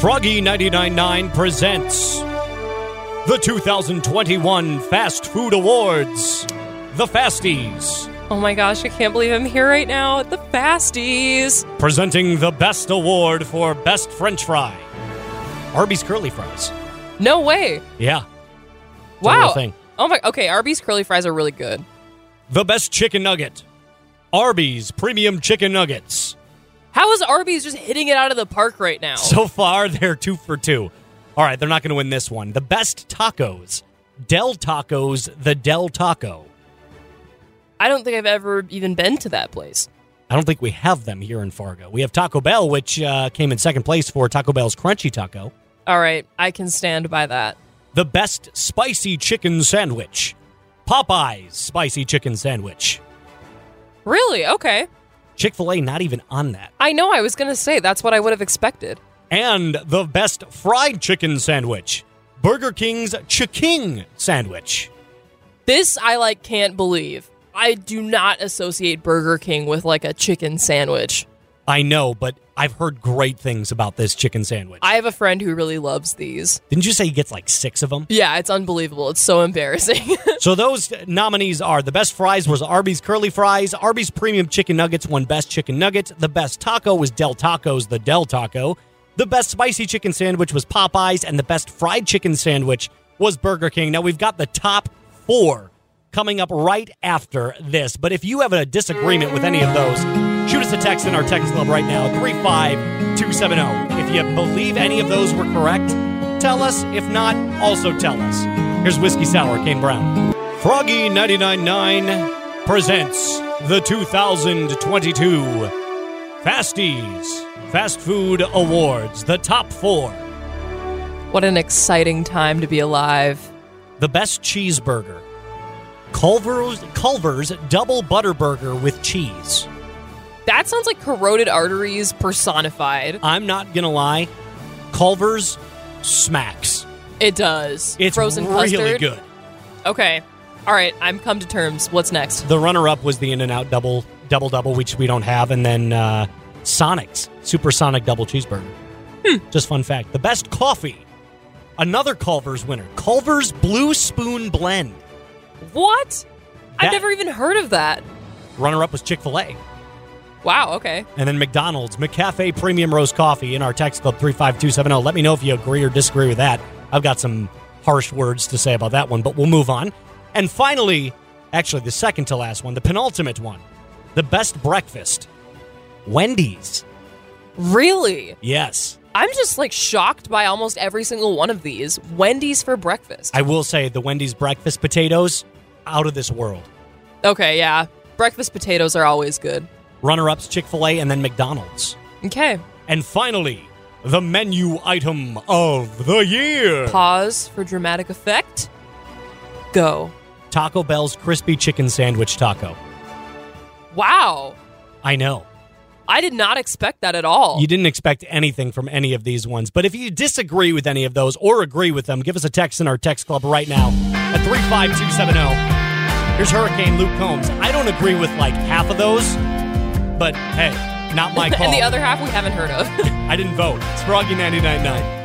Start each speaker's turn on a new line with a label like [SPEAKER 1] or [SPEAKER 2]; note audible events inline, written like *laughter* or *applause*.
[SPEAKER 1] Froggy 99.9 presents the 2021 Fast Food Awards, the Fasties,
[SPEAKER 2] Oh my gosh, I can't believe I'm here right now at the Fasties.
[SPEAKER 1] presenting the best award for best French fry, Arby's curly fries.
[SPEAKER 2] No way.
[SPEAKER 1] Yeah, a real
[SPEAKER 2] Wow.
[SPEAKER 1] thing.
[SPEAKER 2] Oh my okay, Arby's curly fries are really good.
[SPEAKER 1] the best chicken nugget, Arby's premium chicken nuggets.
[SPEAKER 2] How is Arby's just hitting it out of the park right now?
[SPEAKER 1] So far, they're two for two. All right, they're not going to win this one. The best tacos, Del Tacos, the Del Taco.
[SPEAKER 2] I don't think I've ever even been to that place.
[SPEAKER 1] I don't think we have them here in Fargo. We have Taco Bell, which uh, came in second place for Taco Bell's Crunchy Taco.
[SPEAKER 2] All right, I can stand by that.
[SPEAKER 1] The best spicy chicken sandwich, Popeye's spicy chicken sandwich.
[SPEAKER 2] Really? Okay.
[SPEAKER 1] Chick fil A not even on that.
[SPEAKER 2] I know I was going to say that's what I would have expected.
[SPEAKER 1] And the best fried chicken sandwich, Burger King's Chiking sandwich.
[SPEAKER 2] This I like can't believe. I do not associate Burger King with like a chicken sandwich.
[SPEAKER 1] I know, but I've heard great things about this chicken sandwich.
[SPEAKER 2] I have a friend who really loves these.
[SPEAKER 1] Didn't you say he gets like six of them?
[SPEAKER 2] Yeah, it's unbelievable. It's so embarrassing. *laughs*
[SPEAKER 1] *laughs* So those nominees are the best fries was Arby's curly fries, Arby's premium chicken nuggets won best chicken nuggets, the best taco was Del Tacos, the Del Taco, the best spicy chicken sandwich was Popeyes, and the best fried chicken sandwich was Burger King. Now we've got the top four coming up right after this. But if you have a disagreement with any of those, shoot us a text in our text club right now, 35270. If you believe any of those were correct, tell us. If not, also tell us. Here's Whiskey Sour, Kane Brown. Froggy 99.9 presents the 2022 Fasties Fast Food Awards, the top four.
[SPEAKER 2] What an exciting time to be alive.
[SPEAKER 1] the best cheeseburger. Culver's Culver's double butter burger with cheese.
[SPEAKER 2] That sounds like corroded arteries personified.
[SPEAKER 1] I'm not gonna lie, Culver's smacks.
[SPEAKER 2] It does.
[SPEAKER 1] It's
[SPEAKER 2] Frozen
[SPEAKER 1] really
[SPEAKER 2] custard.
[SPEAKER 1] good.
[SPEAKER 2] Okay. All right, I'm come to terms. What's next?
[SPEAKER 1] The runner-up was the In-N-Out double double double, which we don't have, and then uh, Sonic's supersonic double cheeseburger.
[SPEAKER 2] Hmm.
[SPEAKER 1] Just fun fact: the best coffee. Another Culver's winner, Culver's Blue Spoon Blend.
[SPEAKER 2] What?
[SPEAKER 1] That-
[SPEAKER 2] I've never even heard of that.
[SPEAKER 1] Runner-up was Chick-fil-A.
[SPEAKER 2] Wow, okay.
[SPEAKER 1] And then McDonald's, McCafe Premium Roast Coffee in our text club 35270. oh. Let me know if you agree or disagree with that. I've got some harsh words to say about that one, but we'll move on. And finally, actually, the second to last one, the penultimate one, the best breakfast Wendy's.
[SPEAKER 2] Really?
[SPEAKER 1] Yes.
[SPEAKER 2] I'm just like shocked by almost every single one of these. Wendy's for breakfast.
[SPEAKER 1] I will say the Wendy's breakfast potatoes, out of this world.
[SPEAKER 2] okay, yeah. Breakfast potatoes are always good.
[SPEAKER 1] Runner ups Chick fil A and then McDonald's.
[SPEAKER 2] Okay.
[SPEAKER 1] And finally, the menu item of the year.
[SPEAKER 2] Pause for dramatic effect. Go.
[SPEAKER 1] Taco Bell's crispy chicken sandwich taco.
[SPEAKER 2] Wow.
[SPEAKER 1] I know.
[SPEAKER 2] I did not expect that at all.
[SPEAKER 1] You didn't expect anything from any of these ones. But if you disagree with any of those or agree with them, give us a text in our text club right now at 35270. Here's Hurricane Luke Combs. I don't agree with like half of those, but hey, not my call.
[SPEAKER 2] *laughs* and the other half we haven't heard of.
[SPEAKER 1] I didn't vote. It's Froggy 999.